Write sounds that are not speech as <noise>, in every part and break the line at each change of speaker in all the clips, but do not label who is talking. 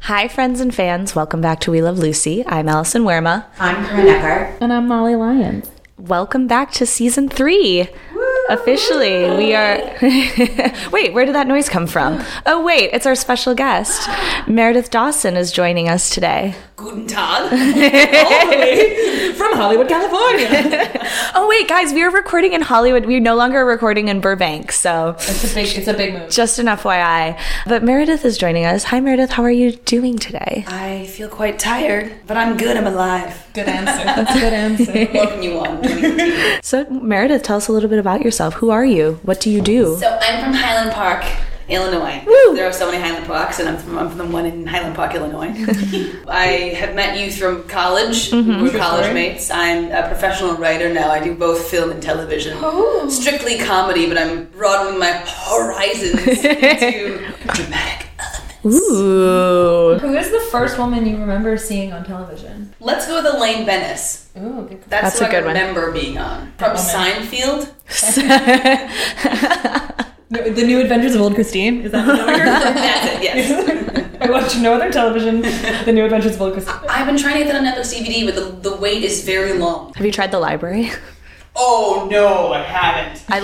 Hi, friends and fans. Welcome back to We Love Lucy. I'm Allison Werma.
I'm Corinne Eckert.
And I'm Molly Lyons.
Welcome back to season three. Officially, we are. <laughs> wait, where did that noise come from? Oh, wait, it's our special guest. Meredith Dawson is joining us today.
Guten Tag. All the way from Hollywood, California.
<laughs> Oh, wait, guys, we are recording in Hollywood. We're no longer recording in Burbank, so
It's a big, it's a big move.
just an FYI. But Meredith is joining us. Hi, Meredith, how are you doing today?
I feel quite tired, but I'm good. I'm alive.
Good answer. <laughs> That's a good answer.
Welcome you on.
<laughs>
So, Meredith, tell us a little bit about yourself. Who are you? What do you do?
so I'm from Highland Park, Illinois. There are so many Highland Parks, and I'm from, I'm from the one in Highland Park,
<laughs>
Illinois. I have met you from college.
Mm-hmm.
We're college mates. I'm a professional writer now. I do both film and television.
Oh.
Strictly comedy, but I'm broadening my
<laughs>
horizons into dramatic
Ooh. <laughs>
Who is the first woman you remember seeing on television?
Let's go with Elaine Bennis.
Ooh, good.
That's
That's, who
a good
I
one.
remember being on. From Seinfeld.
The, the New Adventures of Old Christine. Is that the number?
<laughs> That's it, yes.
<laughs> I watch no other <laughs> television. The New Adventures of Old Christine.
<laughs> I've been trying to get that on Netflix DVD, but the, the wait is very long.
Have you tried the library? <laughs>
Oh no, I haven't.
I,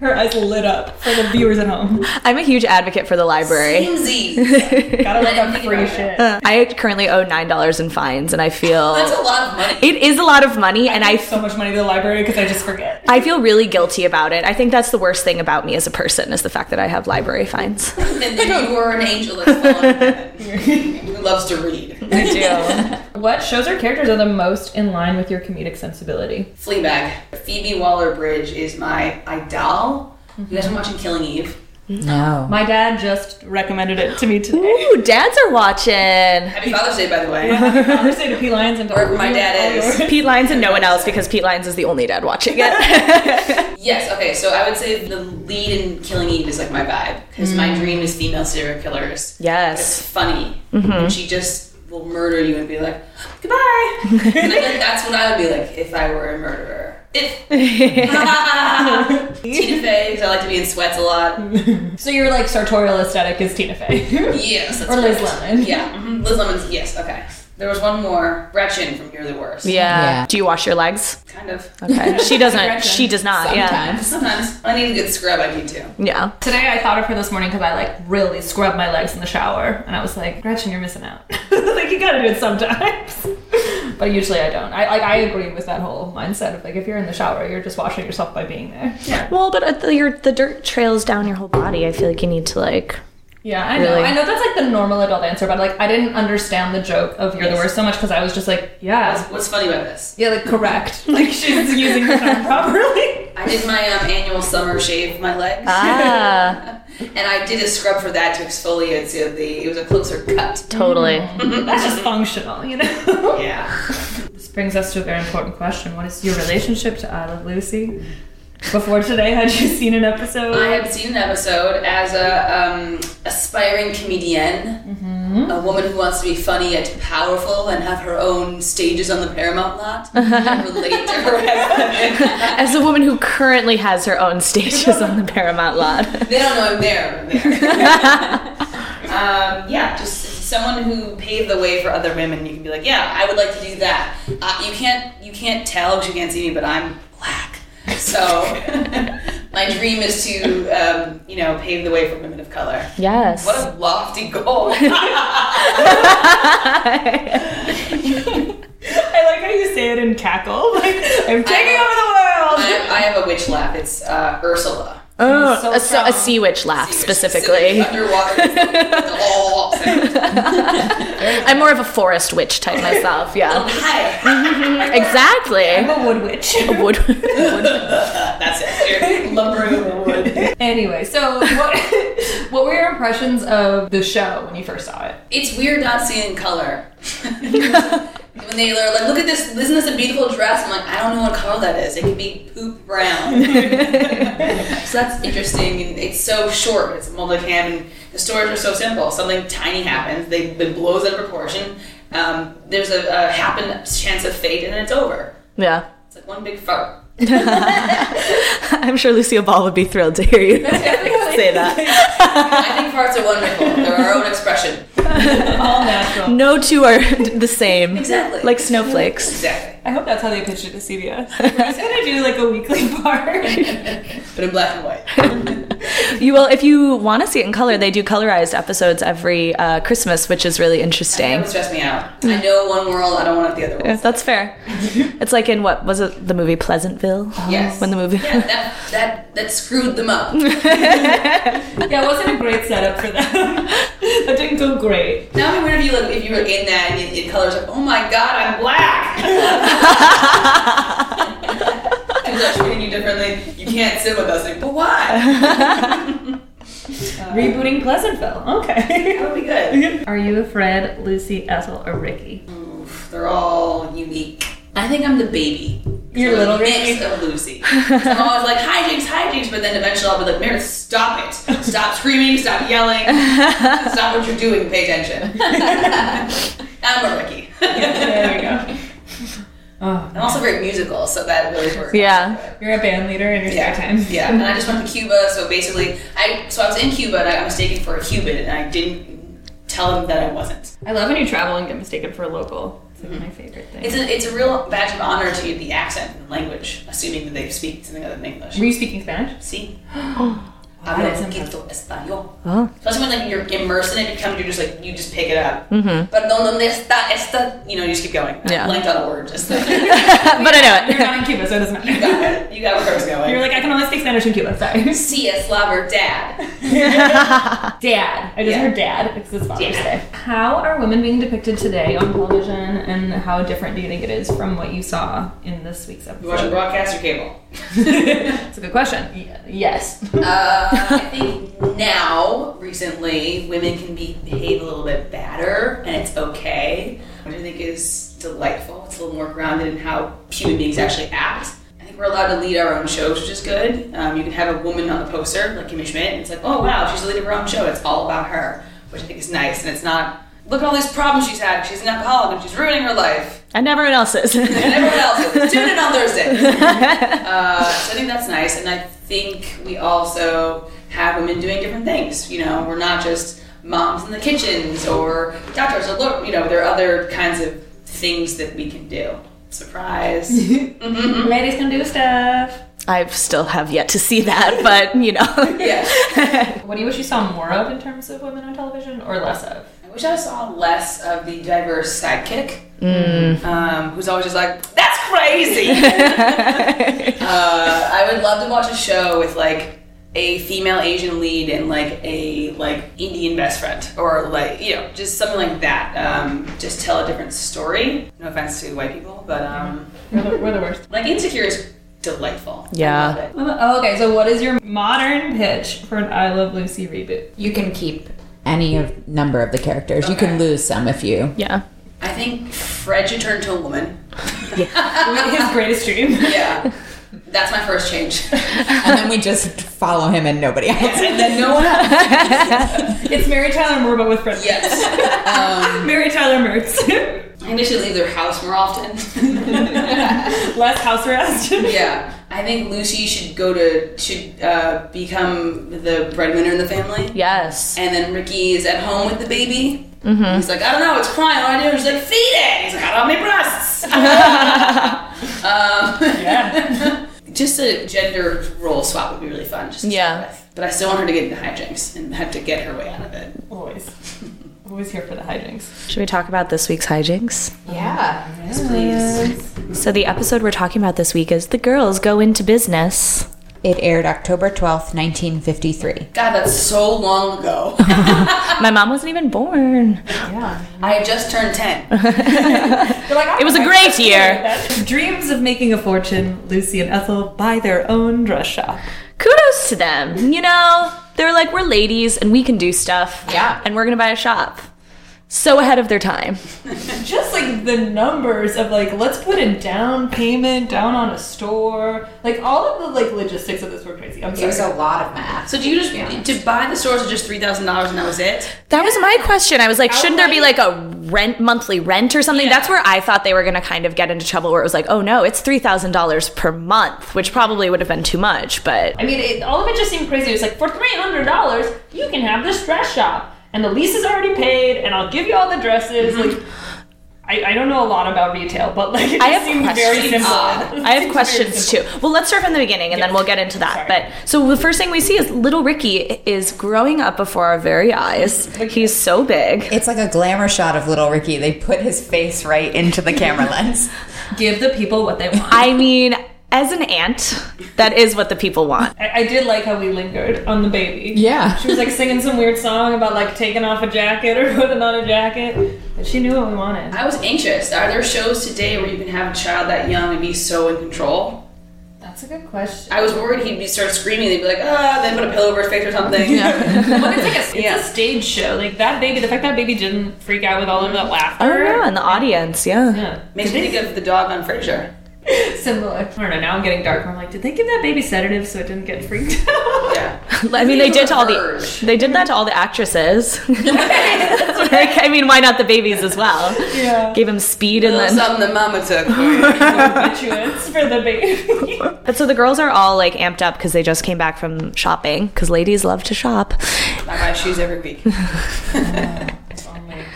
Her eyes lit up for the viewers at <laughs> home.
I'm a huge advocate for the library. <laughs>
Seamsies.
Gotta look up
Think
free
about
shit.
I currently owe nine dollars in fines, and I <laughs>
That's
feel
a lot of money.
it is a lot of money, and I f-
so much money to the library because I just forget.
I feel really guilty about it. I think that's the worst thing about me as a person is the fact that I have library fines.
And then you are an angel that's fallen <laughs> from heaven who loves to read.
I do.
<laughs> What shows or characters are the most in line with your comedic sensibility?
Fleabag. Phoebe Waller Bridge is my idol. You guys are watching Killing Eve.
No.
My dad just recommended it to me today. <laughs>
Ooh, dads are watching.
Happy Father's Day, by the way.
Father's Day to P Lions and to
Or
all of
my
you.
dad
All
is.
yours.
Pete Lyons and no one else because Pete Lyons is the only dad watching <laughs> it.
Yes, okay, so I would say the lead in Killing Eve is like my vibe. Because my dream is female serial killers. It's
yes.
funny. And she just will murder you and be like, goodbye. <laughs> and I think that's what I would be like if I were a murderer. If. <laughs> Tina Fey, 'cause I like to be in sweats a lot.
<laughs> So your like sartorial aesthetic is Tina Fey. <laughs>
Yes. That's
Or Liz
correct.
Lemon.
Yeah. mhm, Liz Lemon's, yes, okay. There was one more. Gretchen from You're the Worst.
Yeah. Do you wash your legs?
Kind of.
Okay. <laughs> She doesn't.
Correction.
She does not. Yeah.
Sometimes. I need a good scrub, I need to.
Yeah.
Today I thought of her this morning because I like really scrubbed my legs in the shower, and I was like, Gretchen, you're missing out. <laughs> like you gotta do it sometimes, <laughs> but usually I don't. I like I agree with that whole mindset of like if you're in the shower, you're just washing yourself by being there.
Well, but uh, the, your, the dirt trails down your whole body. I feel like you need to like. <laughs>
Yeah, I
Really?
know. I know that's like the normal adult answer, but like I didn't understand the joke of you're the worst so much because I was just like, yeah,
What's funny about this?
yeah, like correct. <laughs> like she's using the term properly.
I did my um, annual summer shave of my legs.
Ah,
<laughs> And I did a scrub for that to exfoliate so the it was a closer cut.
totally.
that's just functional, you know.
Yeah.
This brings us to a very important question. What is your relationship to I Love Lucy? Before today, had you seen an
I
episode?
had seen an episode as a um, aspiring comedian, a woman who wants to be funny and powerful and have her own stages on the Paramount lot. I relate to her husband.
As a woman who currently has her own stages on the Paramount lot.
they don't know I'm there. I'm there. um, yeah, just someone who paved the way for other women. You can be like, yeah, I would like to do that. Uh, you can't you can't tell because you can't see me, but I'm black. So my dream is to um, you know pave the way for women of color.
Yes.
What a lofty goal.
<laughs>
I like how you say it in cackle. <laughs> Like, I'm taking over the world!
I, I have a witch laugh. It's uh, Ursula.
Oh,
So
a, so- a
proud.
sea witch laugh
Specifically
specifically.
Underwater. It's the all sound.
I'm more of a forest witch type myself.
<laughs>
Yeah.
Hi.
Exactly.
I'm a wood witch.
Wood. wood.
<laughs> That's it. You're lumbering over wood.
<laughs> anyway, so what, <laughs> what were your impressions of the show when you first saw it?
It's weird not seeing color. when they are like, look at this, isn't this a beautiful dress? I'm like, I don't know what color that is. It could be poop brown. so that's interesting. And it's so short. It's a multicam, and the stories are so simple. Something tiny happens, they, it blows out of proportion. Um, there's a, a happen chance of fate, and then it's over.
Yeah.
It's like one big fart.
I'm sure Lucille Ball would be thrilled to hear you say that.
I think farts are wonderful. They're our own expression.
All natural.
No two are the same.
Exactly.
Like snowflakes.
Exactly.
I hope that's how they pitched it to <laughs> CBS. We're just gonna do like a weekly <laughs> part.
But in black and white.
You will, if you want to see it in color, they do colorized episodes every uh, Christmas, which is really
That
interesting.
would stress me out. I know one world, I don't want the other
Yeah,
world.
That's fair. It's like in what was it? The movie Pleasantville.
Yes.
When the movie. <laughs>
Yeah, that, that, that screwed them up.
yeah, it wasn't a great setup for them. <laughs> that didn't go great.
Now it'd be weird if you like if you were in that and it, it colors like, oh my god, I'm black. <laughs> People are treating you differently. You can't sit with us. Like, but why?
Rebooting Pleasantville. <laughs> Okay.
That would be good.
Are you a Fred, Lucy, Ethel, or Ricky?
Oof, They're all unique. I think I'm the baby.
You're
So
little
a mix of Lucy. So I'm always like, hi James, hi James, but then eventually I'll be like, Meredith, stop it. Stop screaming, stop yelling, stop what you're doing, pay attention. <laughs> I'm a Ricky.
there we go. <laughs> Oh,
I'm also very musical, so that really works.
Yeah.
you're a band leader in your
Yeah,
spare time.
yeah. And I just went to Cuba, so basically, I so I was in Cuba, and I got mistaken for a Cuban, and I didn't tell them that I wasn't.
I love when you travel and get mistaken for a local. It's like my favorite thing.
It's a it's a real badge of honor to the accent and language, assuming that they speak something other than English.
Were you speaking <laughs> Spanish?
See, hablo
that's
un
impressive.
poquito español.
Oh.
Especially when like you're immersed in it, you come, you're just like you just pick it up. Mm-hmm. But no, no, esta, esta, you know, you just keep going. I
Yeah.
Blanked on a word. Just you
But I
You're
know it.
not in Cuba, so it doesn't matter.
got it. You got where I was going.
You're like, I can only speak Spanish in Cuba. Sorry.
See, es la verdad.
<laughs> Dad. I just
Yeah.
heard dad because it's Father's
Dad.
Day. How are women being depicted today on television, and how different do you think it is from what you saw in this week's
You watching
episode?
broadcast or cable?
It's a good question. Y- yes.
Uh, I think now, recently, women can be behave a little bit better, and it's okay. Which I think is delightful. It's a little more grounded in how human beings actually act. I think we're allowed to lead our own shows, which is good. Um, you can have a woman on the poster, like Kimmy Schmidt, and it's like, oh wow, she's the lead of her own show. It's all about her, which I think is nice, and it's not. Look at all these problems she's had. She's an alcoholic and she's ruining her life.
And everyone
<laughs>
else's.
<laughs> And everyone else is. Tune in on Thursday. Uh, so I think that's nice, and I think we also have women doing different things. You know, we're not just moms in the kitchens or doctors. Or look, you know, there are other kinds of things that we can do. Surprise! <laughs>
<laughs> Ladies can do stuff.
I still have yet to see that, but you
<laughs>
know.
yeah,
What do you wish you saw more of in terms of women on television, or less of?
I wish I saw less of the diverse sidekick, um, who's always just like, "That's crazy." uh, I would love to watch a show with like a female Asian lead and like a like Indian best friend or like you know just something like that. Um, just tell a different story. No offense to white people, but um,
We're the, we're the worst.
like Insecure is delightful. I
Yeah.
love it.
Oh, okay, so what is your modern pitch for an I Love Lucy reboot?
You can keep any of number of the characters. You can lose some if you.
yeah.
I think Fred should turn to a woman.
His greatest dream.
Yeah, that's my first change.
And then we just follow him and nobody else.
and then no one else.
<laughs> It's Mary Tyler Moore, but with Fred.
Yes.
Mary Tyler Mertz.
I think they should leave their house more often.
<laughs>
<laughs>
Less house arrest. <laughs>
yeah, I think Lucy should go to should uh, become the breadwinner in the family,
Yes.
and then Ricky is at home with the baby. Mm-hmm. He's like, I don't know, it's crying. What do I do? She's like, feed it. He's like, I don't have any breasts. um,
Yeah.
<laughs> just a gender role swap would be really fun. Just to
Yeah.
start with. But I still want her to get into hijinks and have to get her way out of it.
Always. Always here for the hijinks.
Should we talk about this week's hijinks?
Yeah.
Yes, please.
So the episode we're talking about this week is The Girls Go Into Business.
<laughs> It aired October 12th, 1953.
God, that's so long ago.
My mom wasn't even born.
Yeah.
I had just turned 10.
It was a great year.
Dreams of making a fortune, Lucy and Ethel buy their own dress shop.
Kudos to them. You know, they were like, we're ladies and we can do stuff.
Yeah.
And we're going to buy a shop. so ahead of their time.
Just like the numbers of like, let's put a down payment down on a store. Like all of the like logistics of this were crazy. I'm
It was a
sorry.
lot of math.
So do you just to buy the stores are just three thousand dollars and that was it?
That was my question. I was like, shouldn't there be
Outright.
like a rent monthly rent or something?
Yeah.
That's where I thought they were going to kind of get into trouble where it was like, oh no, it's $3,000 per month, which probably would have been too much, but
I mean, it, all of it just seemed crazy. It was like for three hundred dollars, you can have this dress shop, and the lease is already paid, and I'll give you all the dresses.
Mm-hmm.
Like, I, I don't know a lot about retail, but like it
I have
just seemed very
questions. Uh,
simple. <laughs> It
I have
seemed very
questions
simple.
too. Well, let's start from the beginning and then we'll get into that.
Sorry.
But so the first thing we see is little Ricky is growing up before our very eyes. He's so big.
It's like a glamour shot of little Ricky. They put his face right into the camera lens.
Give the people what they want.
I mean, as an aunt, that is what the people want.
I, I did like how we lingered on the baby.
<laughs> Yeah.
She was like singing some weird song about like taking off a jacket or <laughs> putting on a jacket. But she knew what we wanted.
I was anxious. Are there shows today where you can have a child that young and be so in control?
That's a good question.
I was worried he'd be start screaming. They'd be like, ah, then put a pillow over his face or something.
But it's like a,
<laughs>
it's
Yeah.
a stage show. Like that baby, the fact that baby didn't freak out with all of
Oh,
that laughter.
I don't know, in the audience, Er, yeah.
Yeah.
<laughs> Makes me think of the dog on Frasier.
Similar. I don't know. Now I'm getting dark. I'm like, did they give that baby sedative so it didn't get freaked out?
Yeah.
I mean, they
Think
did
of
to all
Verge.
the they did that to all the actresses. <laughs> Like, I mean, why not the babies as well?
<laughs> <laughs> Yeah.
Gave him speed and
Little
then
something the mama took. for you.
Habituates for the baby.
But so the girls are all like amped up because they just came back from shopping because ladies love to shop.
I buy shoes every
<laughs>
week.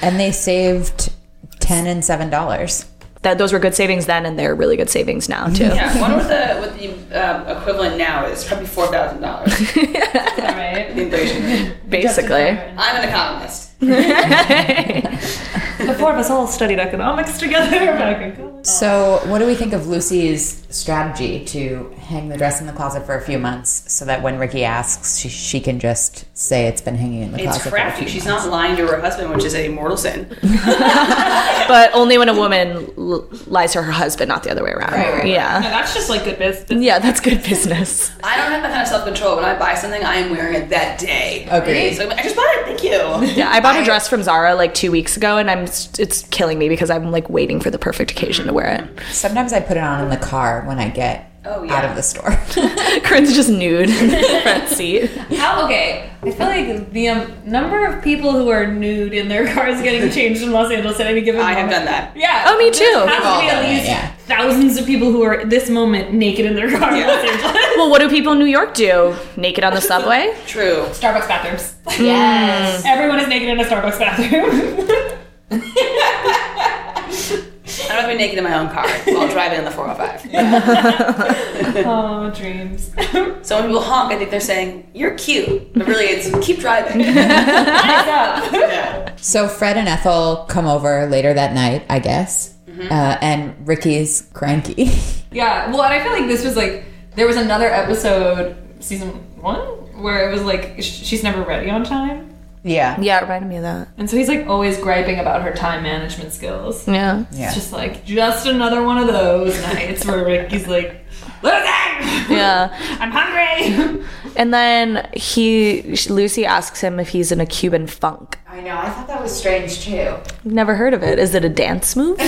And they saved ten and seven dollars.
That those were good savings then, and they're really good savings now too.
Yeah, I wonder what the what the um, equivalent now is. Probably four thousand dollars.
<laughs>
all right.
Inflation.
Basically,
I'm an economist.
The four of us all studied economics together <laughs> back in college.
So, what do we think of Lucy's strategy to hang the dress in the closet for a few months, so that when Ricky asks, she, she can just say it's been hanging in the
It's
closet?
crafty.
For a few
She's
months?
not lying to her husband, which is a mortal sin.
but only when a woman l- lies to her husband, not the other way around. Yeah,
No, Oh, that's just like good business.
yeah, that's good business.
I don't have that kind of self control. When I buy something, I am wearing it that day.
Agreed.
So I'm like, I just bought it.
<laughs>
Thank you.
Yeah, I bought a dress from Zara like two weeks ago, and I'm it's killing me because I'm like waiting for the perfect occasion to wear
Sometimes I put it on in the car when I get
Oh,
out
yeah.
of the <laughs> store.
it. <laughs> Corinne's just nude in the front seat.
<laughs> How okay? I feel like the um, number of people who are nude in their <laughs> cars getting changed in Los Angeles at any given
I have
moment.
done that.
Yeah.
Oh, me too.
There has
We've all
to be
done
at
it,
least
yeah.
thousands of people who are at this moment naked in their car in Los <laughs> Angeles.
Well, what do people in New York do? Naked on the subway?
True.
Starbucks bathrooms. Yes. Everyone is naked in a Starbucks <laughs> bathroom.
I don't have to be naked in my own car while driving on the 405.
oh, dreams.
So when people honk, I think they're saying, You're cute. But really, it's keep driving.
Eyes up.
Yeah.
so Fred and Ethel come over later that night, I guess, uh, and Ricky's cranky.
Yeah. Well, and I feel like this was like there was another episode, season one, where it was like sh- she's never ready on time.
<laughs> yeah,
Yeah, it reminded me of that.
And so he's like always griping about her time management skills.
Yeah.
yeah.
It's just like just another one of those nights where Ricky's like, Listen!
Yeah.
<laughs> I'm hungry. <laughs>
And then he, sh- Lucy asks him if he's in a Cuban funk.
I know. I thought that was strange too.
Never heard of it. Is it a dance <laughs> move?
I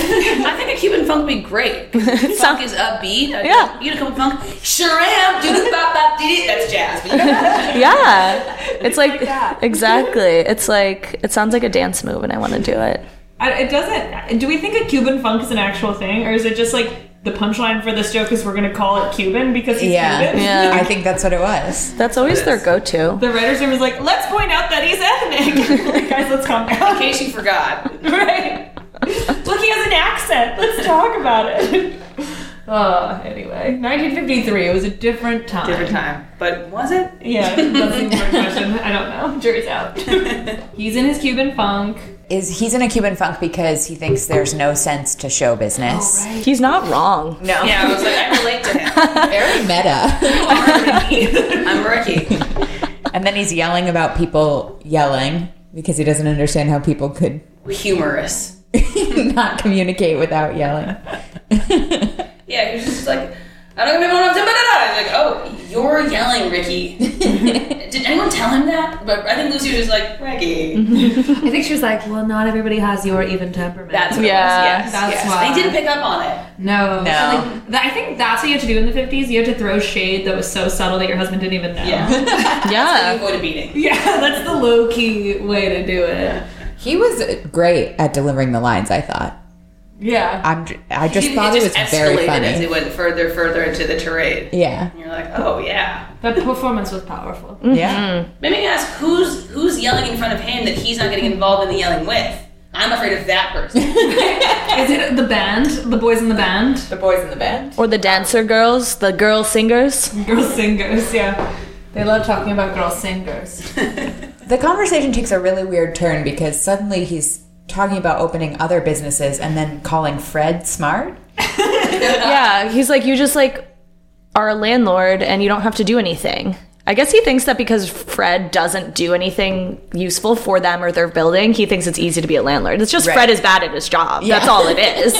think a Cuban funk would be great. funk is upbeat.
Yeah.
You know, Cuban funk. Sure am. Do the bop bop dee dee. That's jazz. But you know
yeah. It's like, exactly. It's like it sounds like a dance move, and I want to do it.
I, it doesn't. Do we think a Cuban funk is an actual thing, or is it just like the punchline for this joke is we're gonna call it Cuban because he's
Yeah.
Cuban?
Yeah. <laughs>
I think that's what it was.
That's always their go-to.
The writer's room is like, let's point out that he's ethnic. <laughs> like, guys, let's calm down.
in case you forgot.
<laughs> right? Look, he has an accent. Let's talk about it. <laughs> Oh, anyway, 1953. It was a different time.
Different time. But was it?
Yeah, that's the important question. I don't know.
<laughs>
Jury's out. He's in his Cuban funk.
Is he's in a Cuban funk because he thinks there's no sense to show business?
He's not wrong.
No.
Yeah, I was like, I relate to him.
Oh,
<laughs>
<laughs> Very meta.
I'm Ricky.
and then he's yelling about people yelling because he doesn't understand how people could <laughs>
Humorous.
not communicate without yelling. <laughs>
Yeah, he was just like, I
<laughs>
don't know what I'm saying. blah, blah, blah." I was like, oh, you're yelling, Ricky. Did anyone tell him that? but I think Lucy was just like Reggie.
Mhm. I think she was like, well, not everybody has your even temperament.
That's what
Yeah,
it was. Yes,
that's
yes.
why.
They didn't pick up on it.
no,
No.
So, like, th- I think that's what you had to do in the fifties. You had to throw shade that was so subtle that your husband didn't even know.
Yeah, you
Yeah.
avoid a beating.
<laughs> Yeah, that's the low key way to do it.
He was great at delivering the lines. I thought.
Yeah.
I'm. j- I just
You-
thought it,
just
was very
escalated as
funny.
it went further, further into the charade.
Yeah.
And you're like, oh yeah.
That performance was powerful.
Yeah.
Let me ask who's who's yelling in front of him that he's not getting involved in the yelling with. I'm afraid of that
<laughs>
person.
Is it the band? The boys in the band?
The boys in the band.
Or the dancer girls, the girl singers.
Girl singers, yeah. They love talking about girl singers.
The conversation takes a really weird turn because suddenly he's talking about opening other businesses and then calling Fred smart.
Yeah, he's like, you just like are a landlord and you don't have to do anything. I guess he thinks that because Fred doesn't do anything useful for them or their building, he thinks it's easy to be a landlord. It's just
Right.
Fred is bad at his job. That's
Yeah.
all it is.
Do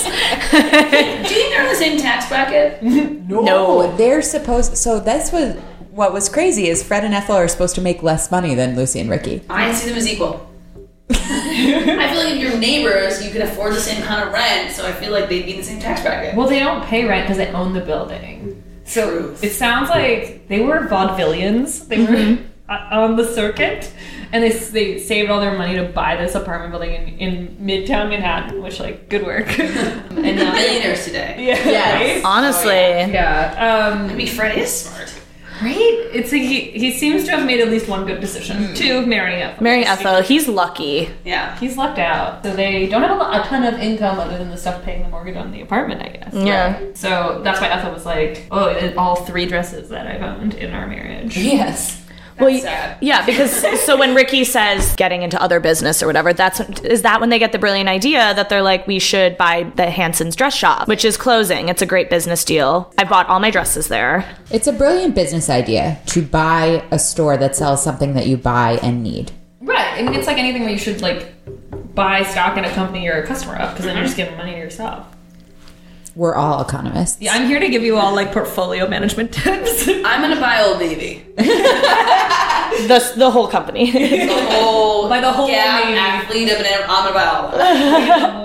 you think they're in the same tax bracket? Oh.
No.
Oh, they're supposed. So that's what what was crazy is Fred and Ethel are supposed to make less money than Lucy and Ricky.
I see them as equal. I feel like if you're neighbors, you can afford the same kind of rent, so I feel like they'd be in the same tax bracket.
Well, they don't pay rent because they own the building. So
Truth.
it sounds like they were vaudevillians. They <laughs> were uh on the circuit, and they s- they saved all their money to buy this apartment building in, in Midtown Manhattan, which like good work. <laughs> and now, <laughs> yeah,
Millionaires today.
right?
Honestly.
Oh, yeah. Um,
I mean, Fred is smart.
Right? It's like he, he seems to have made at least one good decision to Mm. marry Ethel.
Marrying Ethel, he's lucky.
Yeah.
He's left out, so they don't have a, lo- a ton of income other than the stuff paying the mortgage on the apartment, I guess.
Yeah.
So that's why Ethel was like, "Oh, and all three dresses that I've owned in our marriage."
Yes.
well, y-
sad.
yeah, because so when Ricky says getting into other business or whatever, that's is that when they get the brilliant idea that they're like, we should buy the Hanson's dress shop, which is closing. It's a great business deal. I bought all my dresses there.
It's a brilliant business idea to buy a store that sells something that you buy and need.
Right. I mean, it's like anything where you should like buy stock in a company you're a customer of, because then you're just giving money to yourself.
We're all economists.
Yeah, I'm here to give you all like portfolio management <laughs> tips.
I'm gonna buy Old Navy.
The the whole
<laughs>
company.
The whole
By the whole
yeah,
Navy.
athlete of an I'm gonna buy all of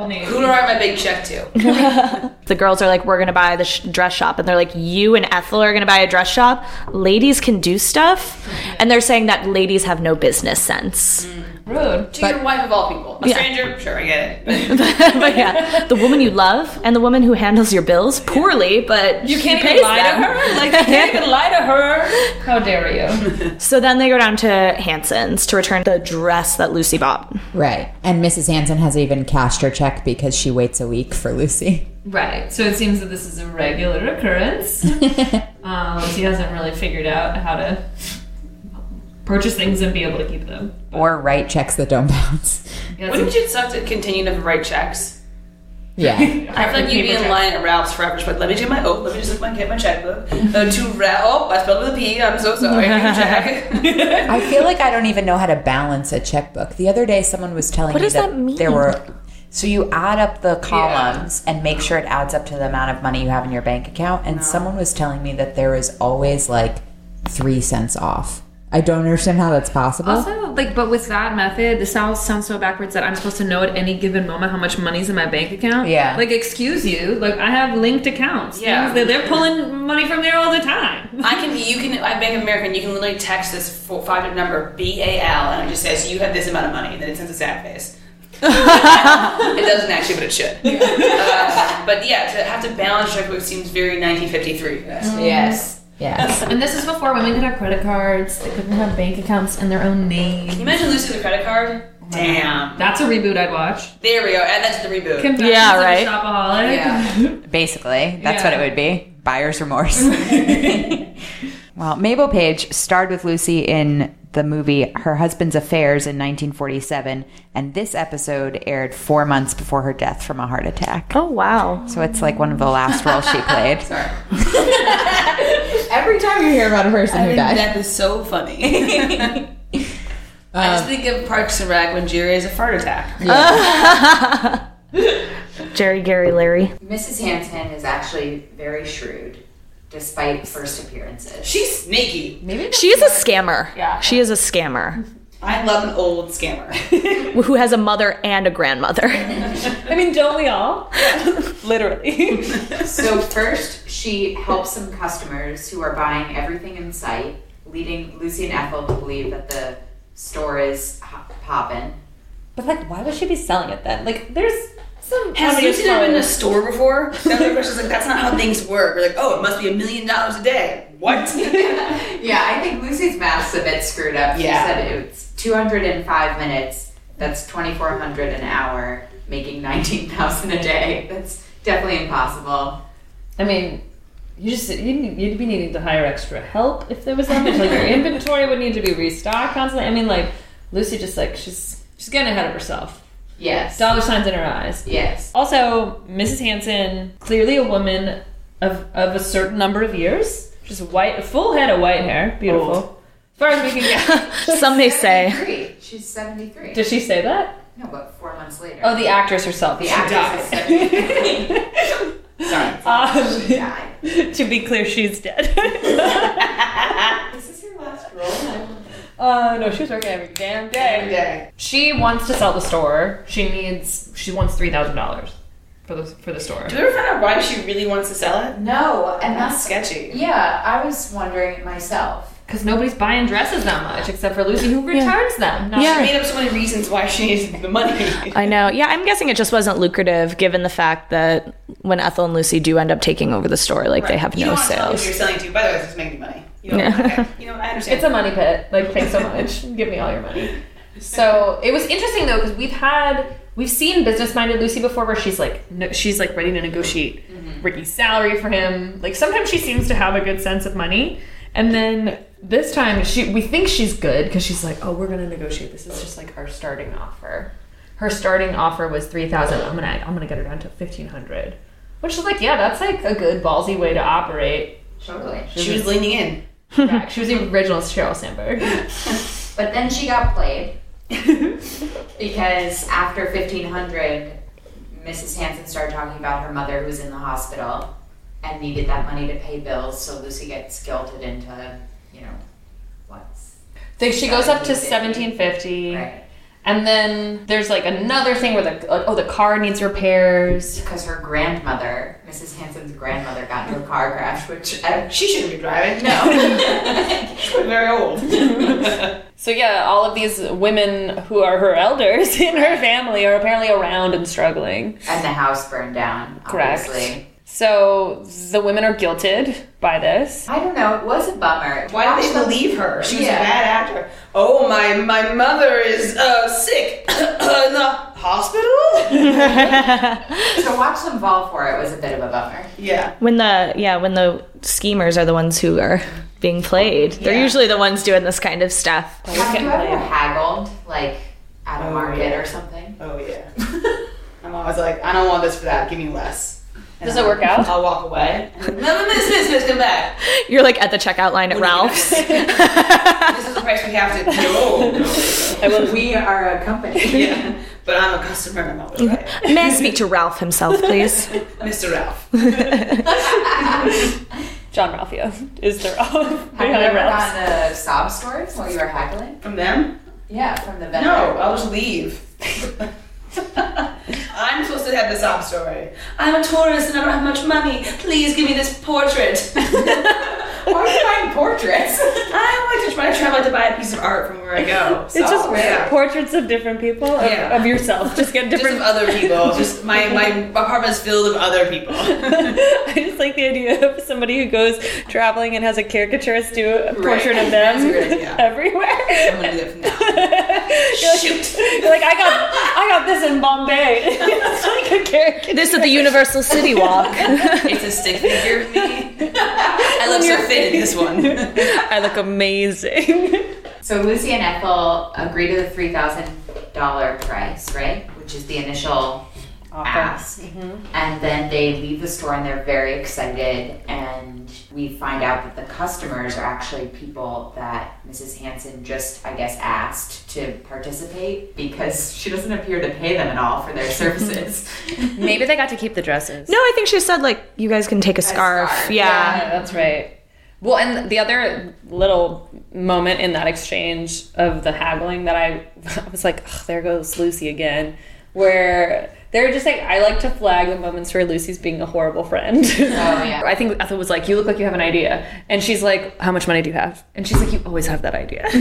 them. Who do I write my big check to?
the girls are like, we're gonna buy the sh- dress shop, and they're like, you and Ethel are gonna buy a dress shop. Ladies can do stuff, and they're saying that ladies have no business sense. <laughs>
Rude.
To your wife of all people. A stranger? Sure, I get it. <laughs>
but yeah, the woman you love and the woman who handles your bills poorly, but
You
she
can't
pays
even lie
them.
to her. Like you can't even lie to <laughs> her. How dare you?
So then they go down to Hanson's to return the dress that Lucy bought.
Right. And Mrs. Hanson has even cashed her check because she waits a week for Lucy.
Right. So it seems that this is a regular <laughs> occurrence. um, she hasn't really figured out how to purchase things and be able to keep them.
Or write checks that don't <laughs> bounce.
Yeah,
Wouldn't you suck to continue to write checks?
Yeah.
I feel like you'd be in line at Ralph's forever. Just like, let me do my oath. Let me just look my get my checkbook. Uh, to Ralph, oh, I spelled it with a P. I'm so sorry. Give me a check. <laughs>
I feel like I don't even know how to balance a checkbook. The other day, someone was telling
What
me
does
that,
that mean?
there were. So you add up the columns and make sure it adds up to the amount of money you have in your bank account. And someone was telling me that there is always like three cents off. I don't understand how that's possible.
Also, like, but with that method, this all sounds so backwards that I'm supposed to know at any given moment how much money's in my bank account.
Yeah.
Like, excuse you. Like, I have linked accounts.
Yeah.
Things that they're pulling money from there all the time.
I can, you can, I Bank of America, and you can literally text this four, five digit number, B A L, and it just says, you have this amount of money, and then it sends a sad face. it doesn't actually, but it should. Uh, but yeah, to have to balance checkbook seems very 1953.
Yes. Yes.
<laughs> And this is before women could have credit cards. They couldn't have bank accounts in their own
Can
name.
you imagine losing the credit card? Damn.
That's a reboot I'd watch.
There we go. Add that to the reboot.
Confessions
Yeah,
of a
right.
Shopaholic.
Basically, that's
Yeah.
what it would be. Buyer's <laughs> remorse. well, Mabel Page starred with Lucy in the movie Her Husband's Affairs in 1947, and this episode aired four months before her death from a heart attack.
Oh wow!
So it's like one of the last roles <laughs> she played.
Sorry.
Every time you hear about a person who
That is so funny. <laughs> Uh, I just think of Parks and Rec when Jerry has a fart attack.
Jerry, Gary, Larry.
Mrs. Hanson is actually very shrewd, despite first appearances.
She's sneaky.
She is a scammer. Yeah, she is a scammer.
I love an old scammer.
who has a mother and a grandmother.
I mean, don't we
<laughs>
all?
Literally.
So first, she helps some customers who are buying everything in sight, leading Lucy and Ethel to believe that the store is ho- poppin'.
But like, why would she be selling it then? Like, there's some.
Has
obvious
Lucy never been in a
problems.
store <laughs> before? That's like, she's like, that's not how things work. We're like, oh, it must be a million dollars a day.
<laughs>
What? <laughs>
Yeah, I think Lucy's math's a bit screwed up. She
Yeah.
said it's 205 minutes. That's 2,400 an hour, making 19,000 a day. That's definitely impossible.
I mean, you just you'd, you'd be needing to hire extra help if there was that much. Like your inventory would need to be restocked constantly. I mean, like Lucy just like she's she's getting ahead of herself.
Yes.
Dollar signs in her eyes.
Yes.
Also, Mrs. Hanson, clearly a woman of of a certain number of years, just white, a full head of white hair, beautiful. As far as we can go. <laughs>
Some may say.
73. She's 73.
Did she say that?
no, but four months later.
Oh, the actress herself.
the
She
actress is
died.
73. <laughs> Sorry. She
Um, <laughs>
died.
to be clear, she's dead. <laughs>
This is her last role.
Uh, no, she was working every damn day. She wants to sell the store. She needs. She wants three thousand dollars for the for the store.
Do you ever find out why she really wants to sell it?
No, and
That's
that's
sketchy.
yeah. I was wondering myself.
Because nobody's buying dresses that much except for Lucy, who returns them. Not-
She made up so many reasons why she needs the money.
<laughs> I know. Yeah, I'm guessing it just wasn't lucrative given the fact that when Ethel and Lucy do end up taking over the store, like they have
you
no
don't want to tell who
sales.
You're selling to. By the way, this is making me money. You know,
Yeah. <laughs>
okay. you know, I understand.
It's a money pit. Like, thanks so much. Give me all your money. So it was interesting though because we've had we've seen business minded Lucy before, where she's like no, she's like ready to negotiate Ricky's salary for him. Like sometimes she seems to have a good sense of money, and then this time she we think she's good because she's like, oh, we're gonna negotiate. This is just like our starting offer. Her starting offer was three thousand. I'm gonna I'm gonna get her down to fifteen hundred, which is like yeah, that's like a good ballsy way to operate.
Totally.
she was leaning in.
Correct. she was the original Sheryl Sandberg.
But then she got <laughs> played because after 1500, Mrs. Hanson started talking about her mother who was in the hospital and needed that money to pay bills. So Lucy gets guilted into, you know, what's
Think she goes up to
1750.
1750.
right
And then there's like another thing where the like, oh the car needs repairs.
because her grandmother, Mrs. Hanson's grandmother, got into a car crash, which I,
She shouldn't be driving.
<laughs> no.
She's very old.
<laughs>
So yeah, all of these women who are her elders <laughs> in her family are apparently around and struggling.
and the house burned down.
Correct.
Obviously.
So the women are guilted by this.
I don't know. It was a
Why
bummer.
did
Watch
they
the-
believe her? She was
Yeah.
a bad actor. Oh my! My mother is uh, sick <coughs> in the hospital.
<laughs>
<laughs>
To watch them fall for it was a bit of a bummer.
yeah.
When the yeah, when the schemers are the ones who are being played, they're usually the ones doing this kind of stuff.
Have you ever haggled like at a
Oh,
market
yeah.
or something?
Oh
<laughs>
yeah. I'm always like, I don't want this for that. Give me less. And
Does it
I'll-
work out?
I'll walk away. <laughs> And then, No, no, miss, miss, miss, come back.
You're like at the checkout line at Ralph's.
This is the <laughs> price we have to. No. no.
we are
<laughs>
a company.
yeah. But I'm a customer. and I'm always
<laughs>
right.
<laughs> May I speak to Ralph himself,
<laughs>
please?
Mr. Ralph.
John Ralphio <laughs> is their own
Have you
behind
ever
Ralph's.
gotten a sob story while you were haggling?
From them?
Yeah, from the vendor.
No, I'll just leave. <laughs> I'm supposed to have this sob story. I'm a tourist and I don't have much money. Please give me this portrait. <laughs>
Why are you buying portraits?
I like to try to travel to buy a piece of art from where I go. So,
It's just
yeah.
portraits of different people of,
Yeah.
of yourself. Just
<laughs>
get
Just of
different
other <laughs> people. Just my my apartment is filled with other <laughs> people.
I just <laughs> like the idea of somebody who goes traveling and has a caricaturist do a portrait of
That's a
them
great <laughs> idea. I'm
<laughs> everywhere.
gonna do that from now. <laughs>
You're like-
Shoot.
you're like I got, I got this in Bombay. <laughs> it's like a caricature.
This at the Universal City
<laughs>
Walk.
It's a stick figure of <laughs> me. I love so fit in this <laughs> one.
I look amazing.
So Lucy and Ethel agree to the three thousand dollar price, right? Which is the initial ask, and then they leave the store and they're very excited. And we find out that the customers are actually people that Mrs. Hanson just, I guess, asked to participate because she doesn't appear to pay them at all for their services.
Maybe they got to keep the dresses.
No, I think she said like you guys can take a scarf.
scarf,
Yeah.
that's right. Well, and the other little moment in that exchange of the haggling that I, <laughs> I was like, Ugh, there goes Lucy again, where they're just like, I like to flag the moments where Lucy's being a horrible friend. Oh,
yeah.
<laughs> I think Ethel was like, You look like you have an idea. And she's like, How much money do you have? And she's like, You always have that idea. <laughs>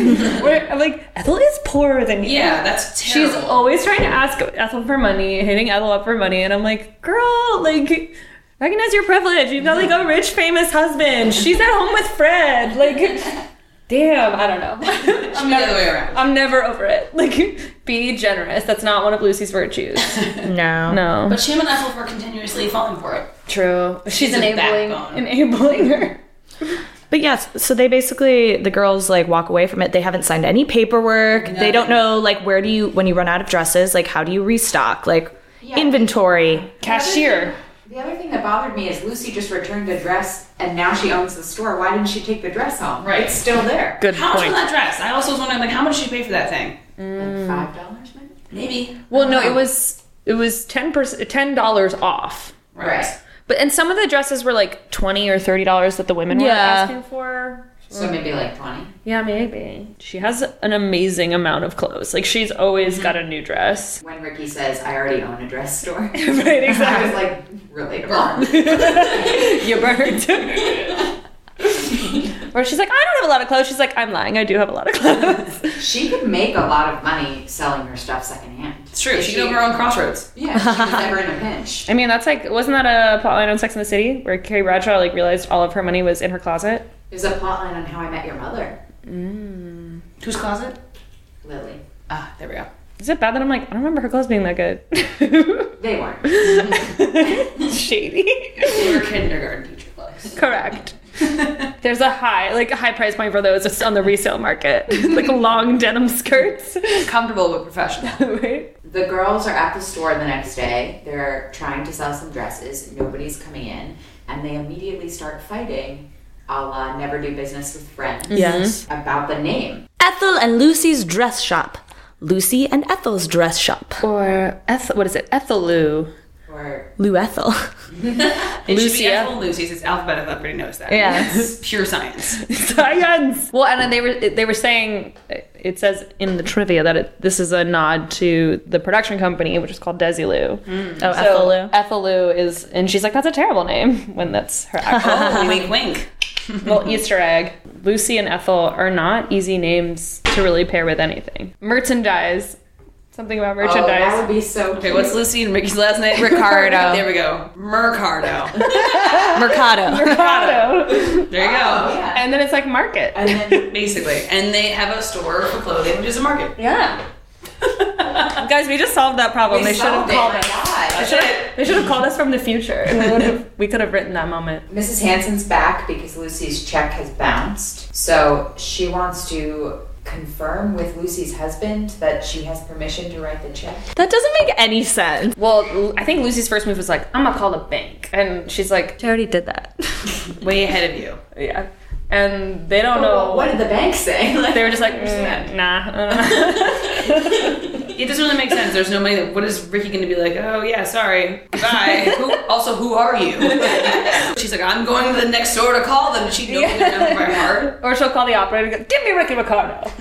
where I'm like, Ethel is poorer than you.
Yeah, that's
She's
terrible.
always trying to ask Ethel for money, hitting Ethel up for money, and I'm like, girl, like, recognize your privilege. You've got like a rich, famous husband. She's at home with Fred. Like, damn, I don't know. <laughs>
I'm the other way around.
I'm never over it. Like, be generous. That's not one of Lucy's virtues.
No.
No.
But Sham and Ethel were continuously falling for it.
True. She's
She's a
enabling,
backbone.
<laughs> enabling her.
But yes, so they basically the girls like walk away from it. They haven't signed any paperwork. They don't know like where do you when you run out of dresses, like how do you restock? Like inventory.
Cashier.
The other thing that bothered me is Lucy just returned a dress and now she owns the store. Why didn't she take the dress home?
Right.
It's still there.
Good
How much was
point.
that dress? I also was wondering, like, how much did you pay for that thing?
Like Five dollars maybe?
Maybe.
Well, no, it was it was ten percent, ten dollars off.
Right.
But and some of the dresses were like twenty or thirty dollars that the women were
Yeah.
asking for.
So maybe like twenty.
Yeah, maybe she has an amazing amount of clothes. Like she's always got a new dress. <laughs>
When Ricky says, I already own a dress store. <laughs>
right,
I was like,
<laughs>
relatable.
you burned. <laughs> Where she's like, I don't have a lot of clothes. She's like, I'm lying. I do have a lot of clothes.
she could make a lot of money selling her stuff secondhand.
It's true.
If
She, did her own crossroads.
Yeah, if she was
<laughs>
ever in a pinch.
I mean, that's like, wasn't that a plotline on Sex in the City where Carrie Bradshaw like realized all of her money was in her closet?
There's a plotline on how I met your mother,
Whose closet?
Lily.
Ah, there we go.
Is it bad that I'm like, I don't remember her clothes being that good? <laughs>
<laughs>
They weren't.
Shady.
They were kindergarten teacher clothes.
Correct. There's a high, like a high price point for those just on the resale market, <laughs> like long denim skirts.
Comfortable but professional.
right?
The girls are at the store the next day. They're trying to sell some dresses. Nobody's coming in. And they immediately start fighting, a la never do business with friends,
Yes.
about the name.
Ethel and Lucy's dress shop. Lucy and Ethel's dress shop.
Or Eth- what is it? Ethelou.
Or oh,
Lou <laughs> Ethel.
It should be
Lucia.
Ethel Lucy's. It's alphabetical. Everybody knows that.
Yeah.
<laughs> It's pure science.
Science. Well, and then they were they were saying it says in the trivia that it, this is a nod to the production company, which is called Desilu.
Mm-hmm.
Oh,
So
Ethel
<laughs>
Lou.
Ethelou is, and she's like, that's a terrible name when that's her
<laughs>
actual
oh, wink, wink.
little Easter egg. Lucy and Ethel are not easy names to really pair with anything. Merchandise. Something about
oh,
merchandise.
that would be so
Okay,
cute.
what's Lucy and Ricky's last name?
Ricardo.
<laughs> there we go. Mercardo.
<laughs>
<laughs>
Mercado.
Mercado.
There you go.
Oh, yeah.
and then it's like market.
And then
Basically. And they have a store for clothing, which is a market.
yeah. <laughs> Guys, we just solved that problem.
we
they should have
solved it. Oh
called
My
us.
God.
That's it.
They should have called us from the
<laughs>
future. <laughs> and we would have- we could have written that moment.
Mrs. Hansen's back because Lucy's check has bounced. So she wants to confirm with Lucy's husband that she has permission to write the check.
That doesn't make any sense.
Well, Lu- I think Lucy's first move was like, I'm gonna call the bank, and she's like,
I already did that.
Way ahead of you.
yeah. And they don't
Oh,
know.
What did the bank say? <laughs> Like,
They were just like, mm, nah. <laughs> I don't know."
It doesn't really make sense. There's no money. that- What is Ricky going to be like? Oh yeah, sorry. Bye. who, also, who are you? She's like, I'm going to the next door to call them. She knows the number by
<laughs>
heart.
or she'll call the operator and go, give me Ricky Ricardo.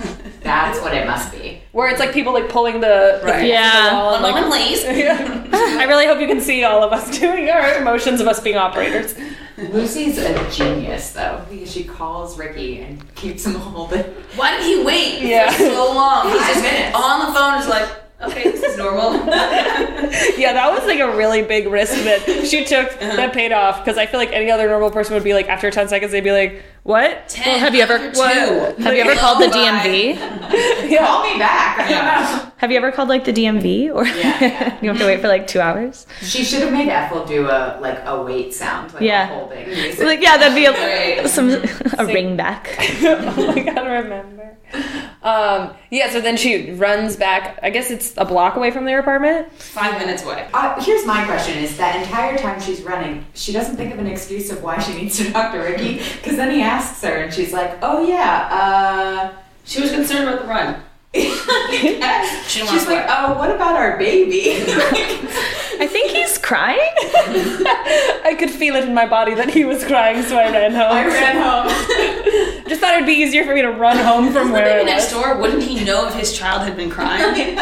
That's what it must be.
Where it's like people like pulling the, the
Right.
Yeah.
wall and,
One
like-
moment, please.
Yeah. <laughs> I really hope you can see all of us <laughs> doing our emotions of us being operators.
Lucy's a genius, though, because she calls Ricky and keeps him <laughs> holding.
Why did he wait
Yeah.
for so long? He's
Five
just
minutes.
on the phone. Is like, okay, this is normal. <laughs>
Yeah, that was like a really big risk that she took that paid off because I feel like any other normal person would be like, after 10 seconds, they'd be like, what?
Ten
have you ever-
after
what?
two.
Have you ever
Like,
called the
oh, bye.
DMV?
Call me back.
Yeah.
Have you ever called like the DMV or
yeah.
<laughs> you have to wait for like 2 hours?
She should have made Ethel do a like a wait sound, like
Yeah.
a holding. music.
Like yeah, that'd be a,
Right.
some a ring back.
<laughs> oh my god, remember. Um, yeah, so then she runs back. I guess it's a block away from their apartment. <laughs>
Five minutes away.
Uh, here's my question: Is that entire time she's running, she doesn't think of an excuse of why she needs to <laughs> talk to Ricky? Because then he asks her, and she's like, "Oh
<laughs>
yeah." Uh, <laughs>
She was concerned about the run.
she's
wants
<laughs>
like, "Oh, what about our baby?" <laughs>
I think he's crying?
I could feel it in my body that he was crying, so I ran home.
I ran home.
<laughs> Just thought it'd be easier for me to run home from where
Maybe
it
next
was.
door, wouldn't he know if his child had been crying?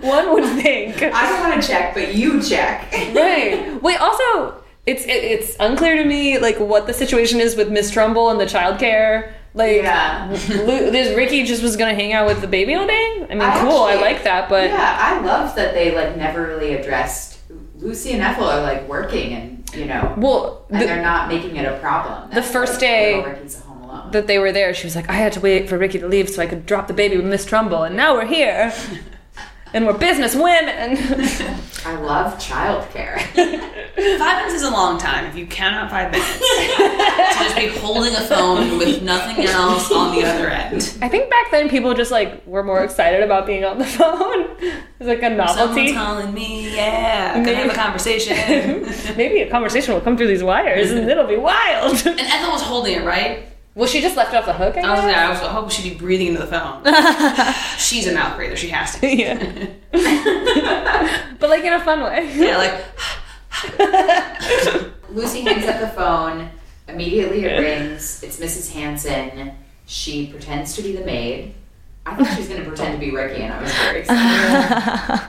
<laughs>
<laughs> One would think.
I don't want to check, but you check.
<laughs> right. Wait. Also, it's it, it's unclear to me like what the situation is with Miss Trumbull and the childcare. Like,
Yeah.
Lu- this Ricky just was gonna hang out with the baby all day. I mean,
I
cool. I
actually-
like that, but
yeah, I love that they like never really addressed. Lucy and Ethel are like working, and you know,
well,
and
the,
they're not making it a problem. That's
first
like,
day-
they're working so home alone.
that they were there, she was like, I had to wait for Ricky to leave so I could drop the baby with Miss Trumbull, and now we're here, and we're business women. <laughs>
I love childcare. <laughs>
Five minutes is a long time if you count out five minutes. to just be holding a phone with nothing else on the other end.
I think back then people just like were more excited about being on the <laughs> phone. It was like a
Someone's
novelty.
calling me, yeah. Can I have a conversation? and
Maybe a conversation will come through these wires and it'll be wild. <laughs>
Ethel was holding it, right?
Well, she just left it off the hook. I
I was
guess?
like, I was hoping she'd be breathing into the <laughs> phone. She's a mouth breather, she has to. be.
yeah. but like in a fun way. <laughs>
Yeah, like,
Lucy hangs up the phone. Immediately it rings. It's Mrs. Hanson. She pretends to be the maid. I thought she was going to pretend to be Ricky, and I was very excited.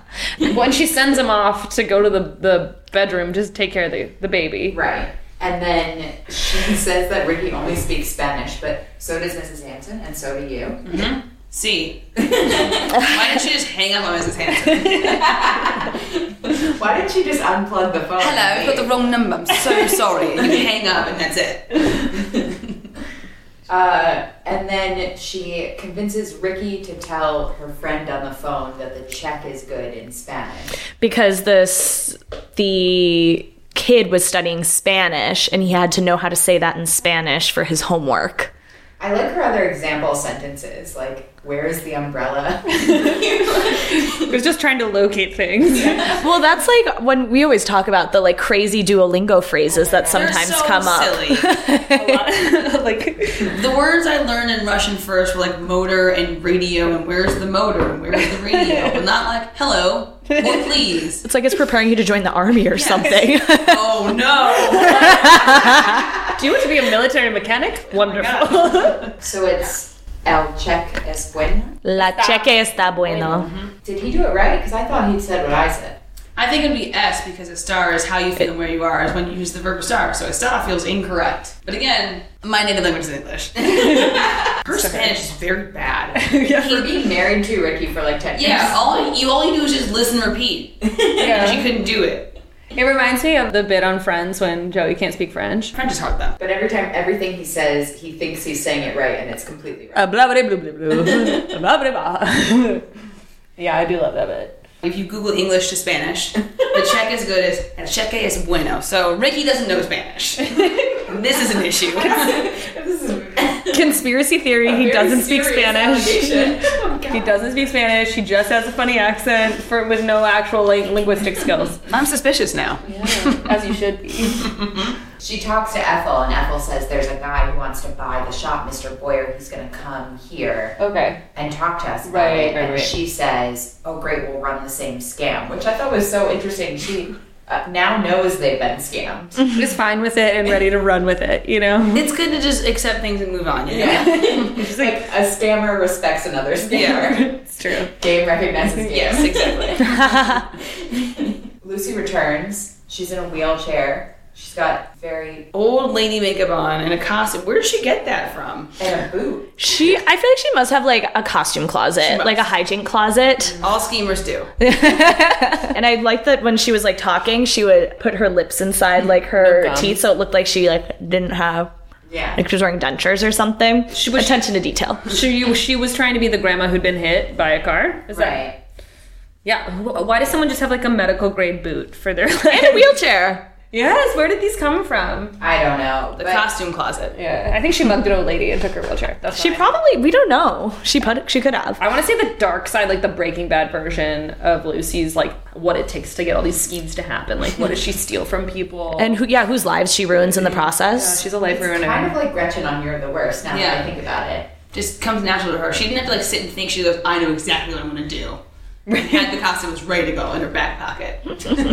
When she sends him off to go to the, the bedroom, just take care of the, the baby.
right. And then she <laughs> says that Ricky only speaks Spanish, but so does Mrs. Hanson, and so do you.
Mm-hmm. <laughs> see. Why didn't she just hang up on Mrs. Hanson?
Why didn't she just unplug the phone?
Hello, you got the wrong number. I'm so sorry. And you hang up and that's it.
Uh, and then she convinces Ricky to tell her friend on the phone that the check is good in Spanish.
Because this the kid was studying Spanish and he had to know how to say that in Spanish for his homework.
I like her other example sentences, like, where is the umbrella? <laughs>
He was just trying to locate things.
<laughs> Well, that's like when we always talk about the like crazy Duolingo phrases that
They're
sometimes
so
come up.
silly.
<laughs>
<laughs>
like,
The words I learned in Russian first were like motor and radio, and where's the motor and where's the <laughs> radio, but not like hello or please.
It's like it's preparing you to join the army or
<laughs>
something.
Oh <laughs> no!
do you want to be a military mechanic? Wonderful.
So it's El Check Es Bueno.
La cheque está bueno.
Did he do it right? Because I thought he said what I said.
I think it'd be S because a star is how you feel and where you are is when you use the verb star, so a star feels incorrect. But again, my native language is <laughs> English. Her Spanish is very <laughs> bad.
For being married to Ricky for like 10
Yeah, all you all you do is just listen and repeat. And she couldn't do it.
It reminds me of the bit on Friends when Joey can't speak French.
French is hard though.
But every time, everything he says, he thinks he's saying it right, and it's
<laughs>
completely wrong.
Uh, blah, blah, blah, blah, blah. <laughs> blah, blah, blah. <laughs> yeah, I do love that bit.
If you Google English to Spanish, the check is good as el cheque es bueno. So Ricky doesn't know <laughs> Spanish. this is an issue.
this is
Conspiracy theory, he doesn't speak Spanish.
oh,
He doesn't speak Spanish. He just has a funny accent for with no actual like, linguistic <laughs> skills.
I'm suspicious now.
As you should be.
She talks to Ethel, and Ethel says there's a guy who wants to buy the shop, Mr. Boyer, who's going to come here
Okay.
and talk to us about
Right,
it.
right,
and
right.
she says, "Oh, great, we'll run the same scam," which I thought was so interesting. She uh, now knows they've been scammed.
Just fine with it and ready to run with it, you know?
It's good to just accept things and move on. You know?
She's like, a scammer respects another scammer.
It's true.
<laughs> Game recognizes game.
Yes, exactly.
Lucy returns. She's in a wheelchair. She's got very
Old lady makeup on and a costume. Where did she get that from?
and a boot.
She, I feel like she must have like a costume closet,
must.
like a hijink closet.
All schemers do.
And I liked that when she was like talking, she would put her lips inside like her teeth, so it looked like she like didn't have
Yeah.
like she was wearing dentures or something. She was attention to detail.
So you, she was trying to be the grandma who'd been hit by a car? Is that-
Right.
yeah. Wh- Why does someone just have like a medical grade boot for their <laughs>
And <laughs> a
leg?
wheelchair.
yes, where did these come from?
I don't know.
The
but-
costume closet.
Yeah. I think she mugged an old lady and took her wheelchair. That's
She
what I-
probably we don't know. She put she could have.
I want to say the dark side, like the Breaking Bad version of Lucy's, like what it takes to get all these schemes to happen. Like, what does she steal from people?
And who yeah, whose lives she ruins in the
Uh,
process.
she's a life ruiner.
Kind of like Gretchen on You're the Worst now that
Yeah.
I think about it.
Just comes natural to her. She didn't have to like sit and think. She goes, I know exactly what I'm gonna do. had the costumes ready to go in her back pocket.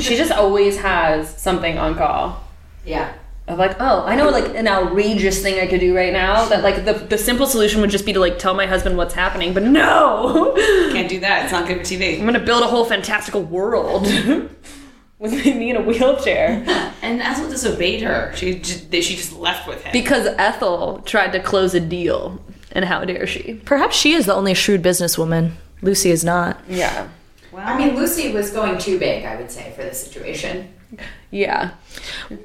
she just always has something on call.
Yeah.
Of like, oh, I know like an outrageous thing I could do right now. That like the the simple solution would just be to like tell my husband what's happening, but no, <laughs>
Can't do that. It's not good for TV.
I'm gonna build a whole fantastical world <laughs> with me in a wheelchair.
And Ethel disobeyed her. She just, she just left with him.
Because Ethel tried to close a deal, and how dare she?
Perhaps she is the only shrewd businesswoman. Lucy is not.
Yeah,
I mean, Lucy was going too big, I would say, for this situation.
yeah.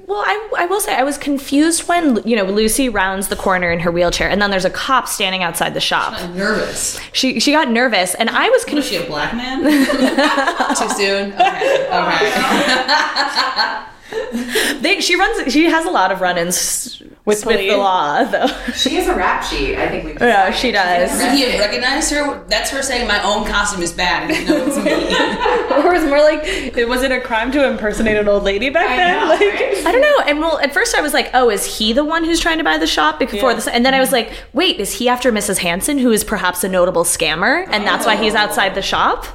Well, I, I will say I was confused when you know Lucy rounds the corner in her wheelchair, and then there's a cop standing outside the shop.
nervous.
She she got nervous, and I was
Was
confused.
she a black <laughs> man? Too soon. Okay. Okay.
She runs. She has a lot of run-ins with, with
police.
the law, though. <laughs>
She has a rap sheet. I think we.
Oh,
<laughs>
yeah, she does.
Would he have recognized her? That's her saying my own costume is bad. And no, it's me.
Or it's more like, it was it a crime to impersonate an old lady back then?
know,
like,
I don't know. And well, at first I was like, oh, is he the one who's trying to buy the shop before this? And then I was like, wait, is he after Mrs. Hanson, who is perhaps a notable scammer, and that's why he's outside the shop?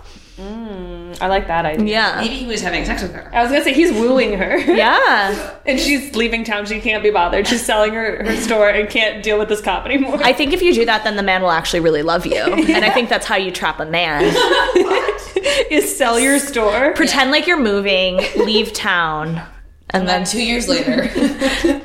I like that idea.
Yeah.
<laughs> Maybe he was having sex with her.
I was gonna say he's wooing her,
Yeah.
<laughs> and she's leaving town. She can't be bothered. She's selling her, her store and can't deal with this cop anymore.
I think if you do that, then the man will actually really love you.
<laughs>
And I think that's how you trap a man.
is <laughs> sell your store.
Pretend like you're moving, leave town, and
Then
then
two years <laughs> later,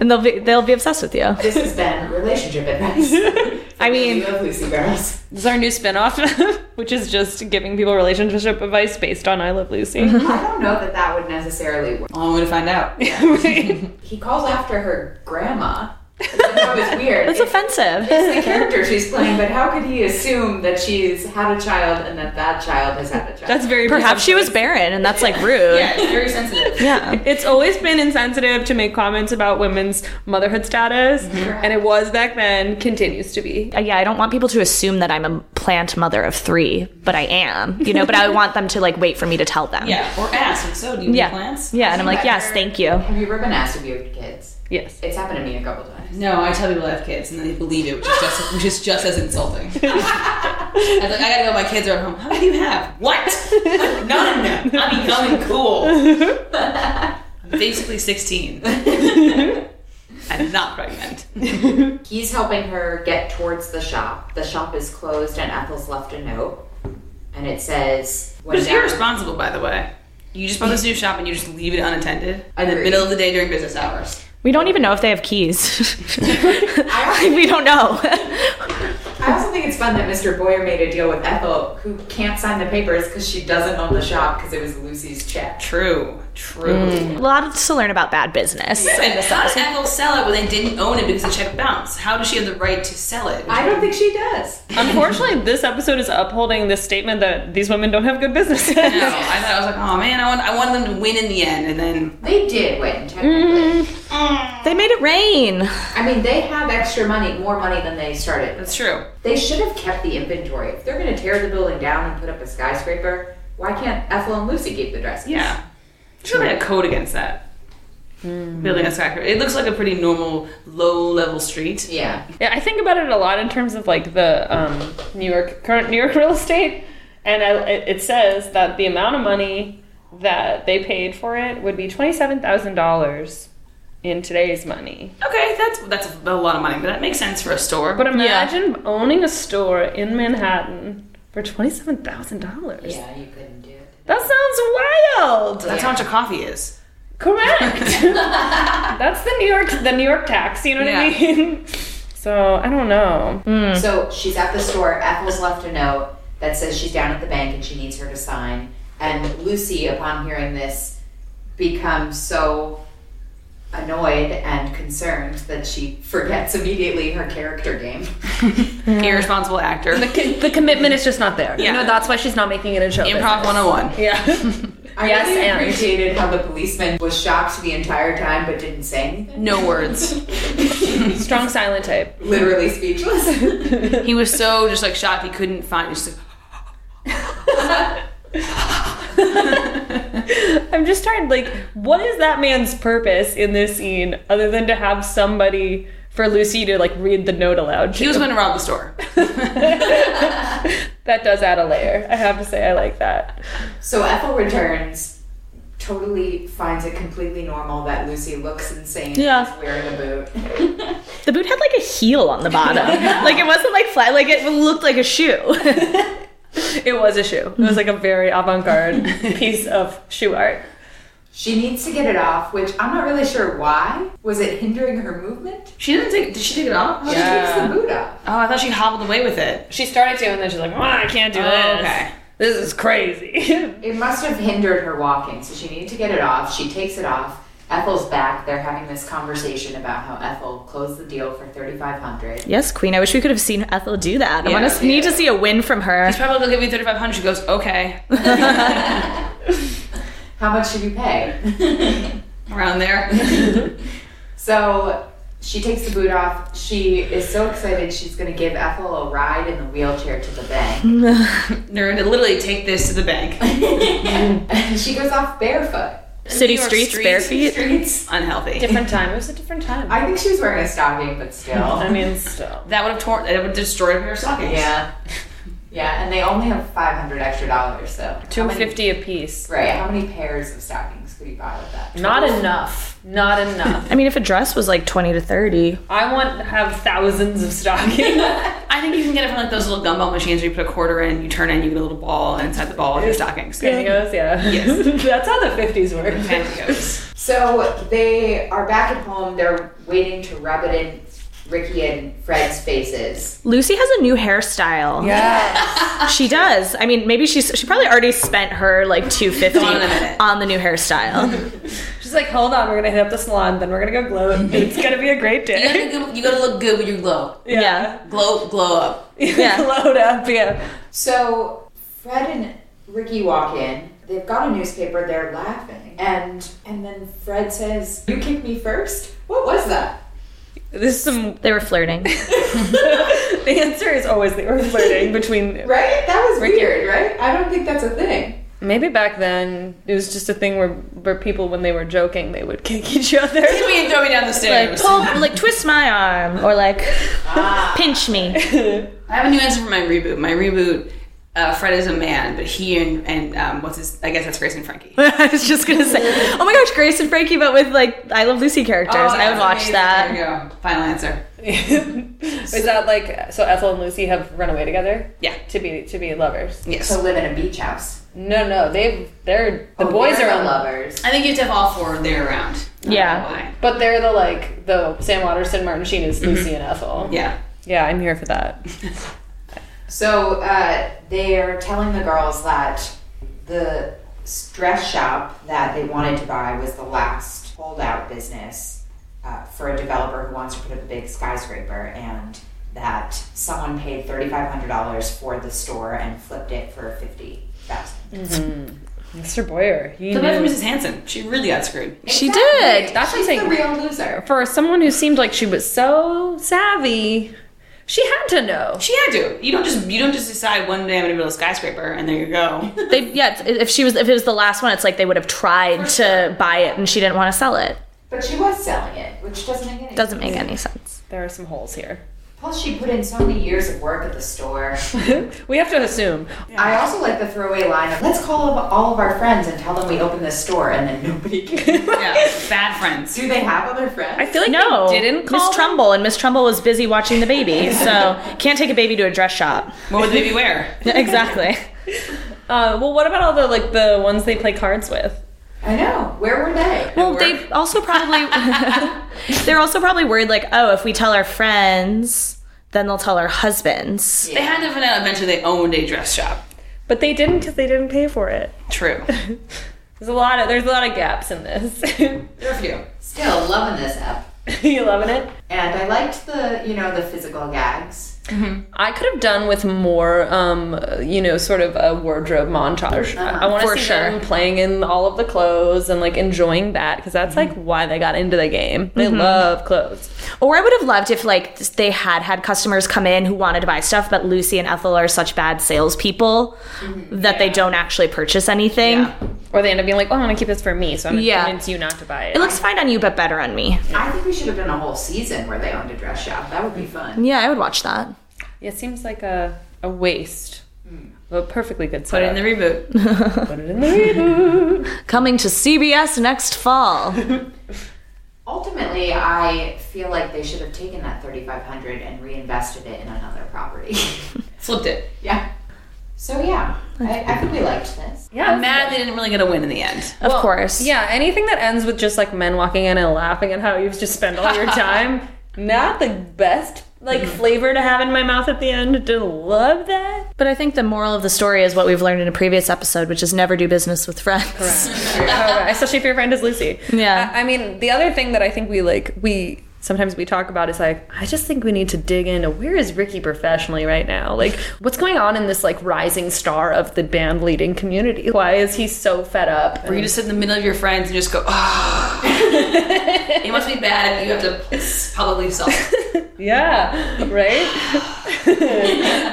and they'll be they'll be obsessed with you.
This has been relationship advice.
<laughs> I
you
mean,
love Lucy Barrows.
This is our new spinoff, <laughs> which is just giving people relationship advice based on I Love Lucy.
Mm-hmm.
I don't know that that would necessarily work.
only way to find out.
He calls after her grandma. That was weird.
that's
<laughs>
offensive.
it's the character she's playing, but how could he assume that she's had a child and that that child has had a child?
That's very
Perhaps she was barren, and that's like rude.
Yeah, it's very sensitive.
Yeah.
It's always been insensitive to make comments about women's motherhood status,
Mm-hmm.
and it was back then, continues to be.
Uh, yeah, I don't want people to assume that I'm a plant mother of three, but I am, you know, but I want them to like wait for me to tell them.
Yeah, or ask. Like, so do you
Yeah.
need plants?
Yeah, and I'm like, yes, thank you.
<laughs> Have you ever been asked if you have kids?
Yes.
It's happened to me a couple times.
No, I tell people I have kids, and then they believe it, which is just, which is just as <laughs> insulting. I was like, I gotta go. My kids are at home. How many do you have? What? None. I'm becoming <laughs> cool. I'm basically <laughs> 16. I'm not pregnant.
He's helping her get towards the shop. The shop is closed, and Ethel's left a note, and it says,
Which
"When
is
down-
irresponsible, by the way. You just bought this new shop and you just leave it unattended in the
Agreed.
middle of the day during business hours.
We don't even know if they have keys. <laughs>
I also
we don't know. <laughs>
I also think it's fun that Mr. Boyer made a deal with Ethel, who can't sign the papers because she doesn't own the shop because it was Lucy's check.
True. True.
a lot to learn about bad business.
Mm. And how did Ethel sell it when they didn't own it because the check bounced? How does she have the right to sell it?
I don't think she does.
Unfortunately, this episode is upholding this statement that these women don't have good businesses.
No, I thought I was like, oh man, I want, I wanted them to win in the end, and then
They did win, technically.
They made it rain.
I mean, they have extra money, more money than they started
that's true.
They should have kept the inventory. If they're going to tear the building down and put up a skyscraper, why can't Ethel and Lucy keep the dresses?
Yeah, there's probably a code against that. Building a skyscraper, it looks like a pretty normal low-level street.
Yeah.
Yeah, I think about it a lot in terms of like the um, New York current New York <laughs> real estate, and I, it, it says that the amount of money that they paid for it would be twenty seven thousand dollars in today's money.
Okay, that's that's a lot of money, but that makes sense for a store.
But
But
imagine owning a store in Manhattan for twenty seven thousand dollars.
Yeah, you couldn't do it.
That sounds wild.
that's how much a coffee is.
<laughs> Correct. That's the New York the New York tax. You know what I
Yeah.
mean? <laughs> So I don't know.
So she's at the store. Ethel's left a note that says she's down at the bank and she needs her to sign. And Lucy, upon hearing this, becomes so annoyed and concerned that she forgets immediately her character game. <laughs>
Irresponsible actor.
The commitment is just not there.
Yeah.
You know that's why she's not making it in show. business.
Improv 101.
Yeah.
I
Yes,
really
and.
appreciated how the policeman was shocked the entire time but didn't say anything.
No words.
Strong silent type.
Literally
<laughs>
speechless.
He was so just like shocked he couldn't find. He's just
I'm just trying like what is that man's purpose in this scene other than to have somebody for Lucy to like read the note aloud? to?
he was going to rob the store.
that does add a layer. I have to say, I like that.
So Ethel returns, totally finds it completely normal that Lucy looks insane
Yeah.
and is wearing a boot.
The boot had like a heel on the
<laughs>
bottom. like it wasn't like flat, like it looked like a shoe.
It was a shoe. It was like a very avant-garde piece of shoe art.
She needs to get it off, which I'm not really sure why. Was it hindering her movement? Oh,
She didn't take. Did she take it off?
She takes the boot off.
Oh, I thought she hobbled away with it.
She started to, and then she's like, "Well, I can't do
Oh,
this.
okay.
This is crazy."
It must have hindered her walking, so she needed to get it off. She takes it off. Ethel's back. They're having this conversation about how Ethel closed the deal for 3500
yes, Queen. I wish we could have seen Ethel do that. I
Yeah,
want to need to see a win from her.
She's probably gonna give me thirty five hundred. She goes, okay, <laughs>
How much should you
<laughs>
pay?
around there.
So she takes the boot off. She is so excited she's going to give Ethel a ride in the wheelchair to the bank.
They're gonna literally take this to the bank.
and she goes off barefoot.
City
New York
streets,
street-
bare feet.
Streets unhealthy.
<laughs> different time. It was a different time.
I think she was wearing a stocking, but still.
<laughs> I mean, still.
That would have torn. That would have destroyed a pair of stockings.
Yeah. Yeah, and they only have 500 extra dollars, so.
Two
how many-
fifty a piece.
Right, how many pairs of stockings could you buy with that?
Not enough. Not enough.
I mean, if a dress was like twenty to thirty,
I want to have thousands of stockings.
I think you can get it from like those little gumball machines where you put a quarter in, you turn in, you get a little ball, and inside the ball are your stockings.
Gangos, yeah.
Yes.
<laughs> That's how the fifties work.
Pantyhose.
So they are back at home. They're waiting to rub it in Ricky and Fred's faces.
Lucy has a new hairstyle.
Yeah.
She does. I mean, maybe she's she probably already spent her like two fifty
Gone in a minute.
on the new hairstyle.
<laughs> She's like, hold on, we're gonna hit up the salon, then we're gonna go glow. It's gonna be a great
You
day.
gotta, go- you gotta look good when you glow.
Yeah.
Glow, glow up.
Yeah.
<laughs> Glowed up, yeah.
So Fred and Ricky walk in. They've got a newspaper. They're laughing, and and then Fred says, "You kicked me first. What was that?"
This is some.
They were flirting.
the answer is always they were flirting between.
Right? That was weird, right? I don't think that's a thing.
Maybe back then it was just a thing where where people when they were joking they would <laughs> kick each other.
Hit me and throw me down the
Like
stairs.
pull, like twist my arm, or like
Ah.
pinch me. <laughs>
I have a new answer for my reboot. My reboot, uh, Fred is a man, but he and, and um, what's his, I guess that's Grace and Frankie.
I was just gonna say, oh my gosh, Grace and Frankie, but with like I Love Lucy characters. I would
Oh, that's
watch
amazing.
that.
There you go. Final answer.
Is that like so? Ethel and Lucy have run away together.
Yeah.
To be to be lovers.
Yes.
To live in a beach house.
No, no, they they're the
Oh,
boys
they're
are
the
on love,
lovers.
I think you have to have all four there around.
Yeah.
Why?
but they're the like the Sam Waterston Martin Sheen is Lucy and Ethel.
Yeah.
Yeah, I'm here for that.
So uh, they are telling the girls that the dress shop that they wanted to buy was the last holdout business uh, for a developer who wants to put up a big skyscraper, and that someone paid thirty five hundred dollars for the store and flipped it for fifty thousand.
Mr. Boyer, he
The bad for
knew.
Mrs. Hanson. She really got screwed.
She did.
That's what
She's
I'm
the
saying.
real loser.
For someone who seemed like she was so savvy, she had to know.
She had to. You don't just you don't just decide one day I'm gonna build a skyscraper and there
<laughs>
you go.
They, yeah, it's- if she was, if it was the last one, it's like they would have tried to buy it, and she didn't want to sell it.
But she was selling it, which doesn't make any
Doesn't make any sense.
There are some holes here.
Plus, she put in so many years of work at the store.
we have to assume.
I also like the throwaway line of "Let's call up all of our friends and tell them we opened this store," and then <laughs> nobody. Can.
Yeah. Bad friends.
Do they have other friends?
I feel like
<laughs> No,
they didn't call
Miss Trumbull, and Miss Trumbull was busy watching the <laughs> baby, so can't take a baby to a dress <laughs> shop.
What would they be wear?
exactly.
Uh, well, what about all the like the ones they play cards with?
I know. Where were they?
Well, they also probably <laughs> they're also probably worried like, oh, if we tell our friends, then they'll tell our husbands.
They had to find out eventually they owned a dress shop.
But they didn't because they didn't pay for it.
<laughs>
True.
There's a lot of there's a lot of gaps in this. <laughs>
There are a few.
Still loving this app.
you loving it?
And I liked the, you know, the physical gags.
I could have done with more, um, you know, sort of a wardrobe montage. I want
For
to see them playing in all of the clothes and like enjoying that because that's like why they got into the game. They love clothes.
Or I would have loved if like they had had customers come in who wanted to buy stuff, but Lucy and Ethel are such bad salespeople that they don't actually purchase anything.
Or they end up being like, "Oh, I want to keep this for me, so I'm gonna
Yeah.
convince you not to buy it."
It looks fine on you, but better on me.
I think we should have done a whole season where they owned a dress shop. That would be fun.
Yeah, I would watch that.
it seems like a a waste A perfectly good
Put it in
setup.
the reboot.
Put it in the reboot.
Coming to CBS next fall.
Ultimately, I feel like they should have taken that 3500 and reinvested it in another property. <laughs>
Flipped it.
yeah. So yeah, I, I think we liked this.
Yeah.
I'm mad they didn't really get a win in the end.
Of course.
Yeah, anything that ends with just like men walking in and laughing at how you've just spent all your time, <laughs> Mm. not the best like flavor to have in my mouth at the end. Do love that.
But I think the moral of the story is what we've learned in a previous episode, which is never do business with friends.
However, especially if your friend is Lucy.
Yeah.
I, I mean, the other thing that I think we like we sometimes we talk about is like I just think we need to dig into where is Ricky professionally right now? Like what's going on in this like rising star of the band leading community? Why is he so fed up?
Where you just sit in the middle of your friends and just go, ah. <laughs> it must be bad if you have to publicly solve it.
Yeah, right?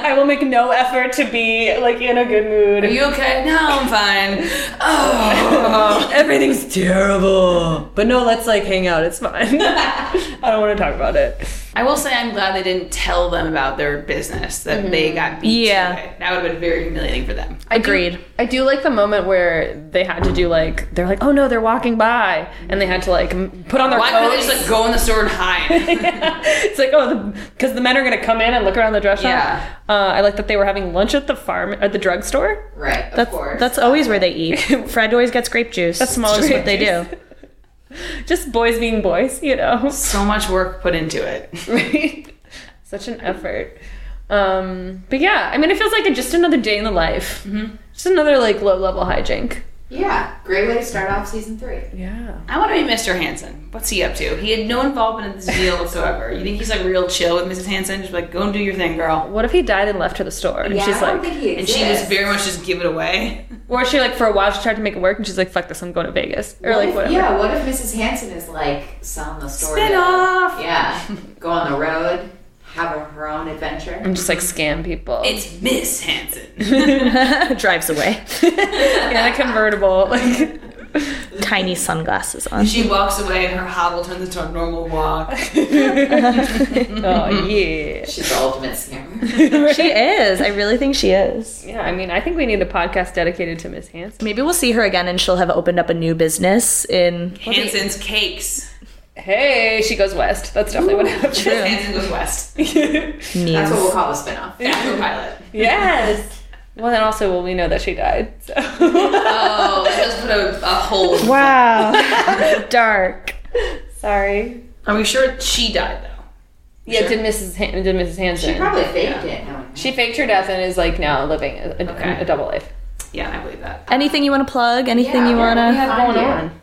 I will make no effort to be like in a good mood.
Are you okay? No, I'm fine. Oh.
Everything's terrible. But no, let's like hang out. It's fine. <laughs> I don't want to talk about it.
I will say I'm glad they didn't tell them about their business that they got beat.
Yeah.
to it. That would have been very humiliating for them.
Agreed.
I do like the moment where they had to do like they're like, "Oh no, they're walking by." And they had to like m- put on their
Why couldn't they
coats.
just like go in the store and hide? <laughs>
it's like, "Oh, because the, men are going to come in and look around the dress shop."
Yeah.
Uh, I like that they were having lunch at the farm at the drugstore.
Right, of
That's, <laughs>
course.
that's always where they <laughs> eat. Fred always gets grape juice. That's
small
just
grape
what they do.
juice. Just boys being boys, you know. <laughs>
so much work put into it.
right? Such an effort. Um, but yeah, I mean, it feels like a, just another day in the life.
Mm-hmm.
Just another like low level hijink.
yeah, great way to start off season three.
Yeah.
I want to meet Mr. Hansen. What's he up to? He had no involvement in this deal whatsoever. You think he's like real chill with Mrs. Hansen? Just like, go and do your thing, girl.
What if he died and left her the store? And
yeah,
she's
I don't
like,
think he
And she was
exists.
very much just give it away.
or she like for a while she tried to make it work and she's like, fuck this, I'm going to Vegas or
What
like
if-
whatever.
Yeah, what if Mrs. Hanson is like selling the story?
Spin
to-
off!
Yeah, go on the road, have her- her own adventure.
Oh.
And just like scam people.
It's Miss Hansen.
<laughs> Drives away.
yeah, the convertible. Like,
Tiny sunglasses <laughs> on.
She walks away and her hobble turns into a normal walk.
Mm-hmm.
oh yeah.
She's the ultimate scammer.
She is. I really think she is.
Yeah, I mean, I think we need a podcast dedicated to Miss Hanson.
Maybe we'll see her again and she'll have opened up a new business in
Hansen's cakes.
Hey, she goes west. That's definitely what happened.
Hansen goes west.
That's what
New.
we'll call the spinoff.
Taco pilot.
yes. Well, then also, well, we know that she died. So.
Oh, that does put a, a hole.
<laughs> Wow. Dark.
Sorry.
Are we sure she died though?
Yeah, did Mrs. Han- did Mrs. Hanson?
She probably faked it. knowing
She faked her death and is like now living a, a,
Okay.
a double life.
Yeah, I believe that.
Anything you want to plug? Anything
Yeah,
you
what
want
do we
to.
have going on?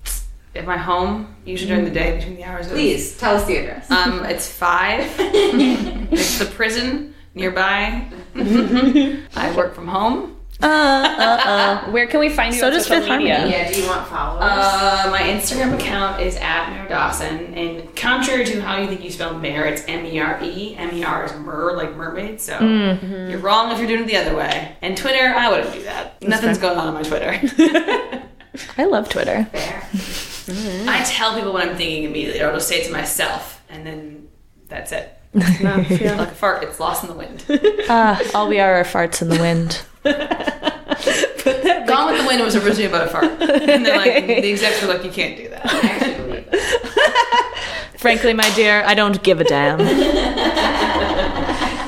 At my home, usually during the day between the hours of
Please tell us the address.
Um, it's five. it's the prison nearby. I work from home.
Uh, uh, uh.
Where can we find you?
So
on
does
social
Fifth
media?
Harmony.
yeah, do you want followers?
Uh, my Instagram account is at Mayor Dawson, and contrary to how you think you spell Mayor, it's M E R E. M E R is mer, like mermaid. So you're wrong if you're doing it the other way. And Twitter, I wouldn't do that. Nothing's going on on my Twitter.
I love Twitter.
Fair.
I tell people what I'm thinking immediately, or I'll just say it to myself, and then that's it.
<laughs>
Like a fart, it's lost in the wind.
Ah, all we are are farts in the wind.
Gone with the Wind was originally about a fart. And then like the execs were like, you can't do that.
I actually believe that.
Frankly, my dear, I don't give a damn.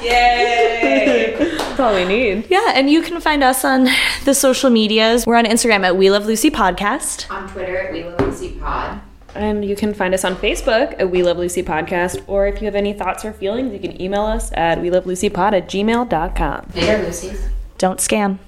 Yay!
That's all we need.
Yeah, and you can find us on <laughs> the social medias. We're on Instagram at We Love Lucy Podcast.
On Twitter at We Love Lucy Pod.
And you can find us on Facebook at We Love Lucy Podcast, or if you have any thoughts or feelings, you can email us at we love lucy pod at gmail.com.
They are Lucy's.
Don't scam.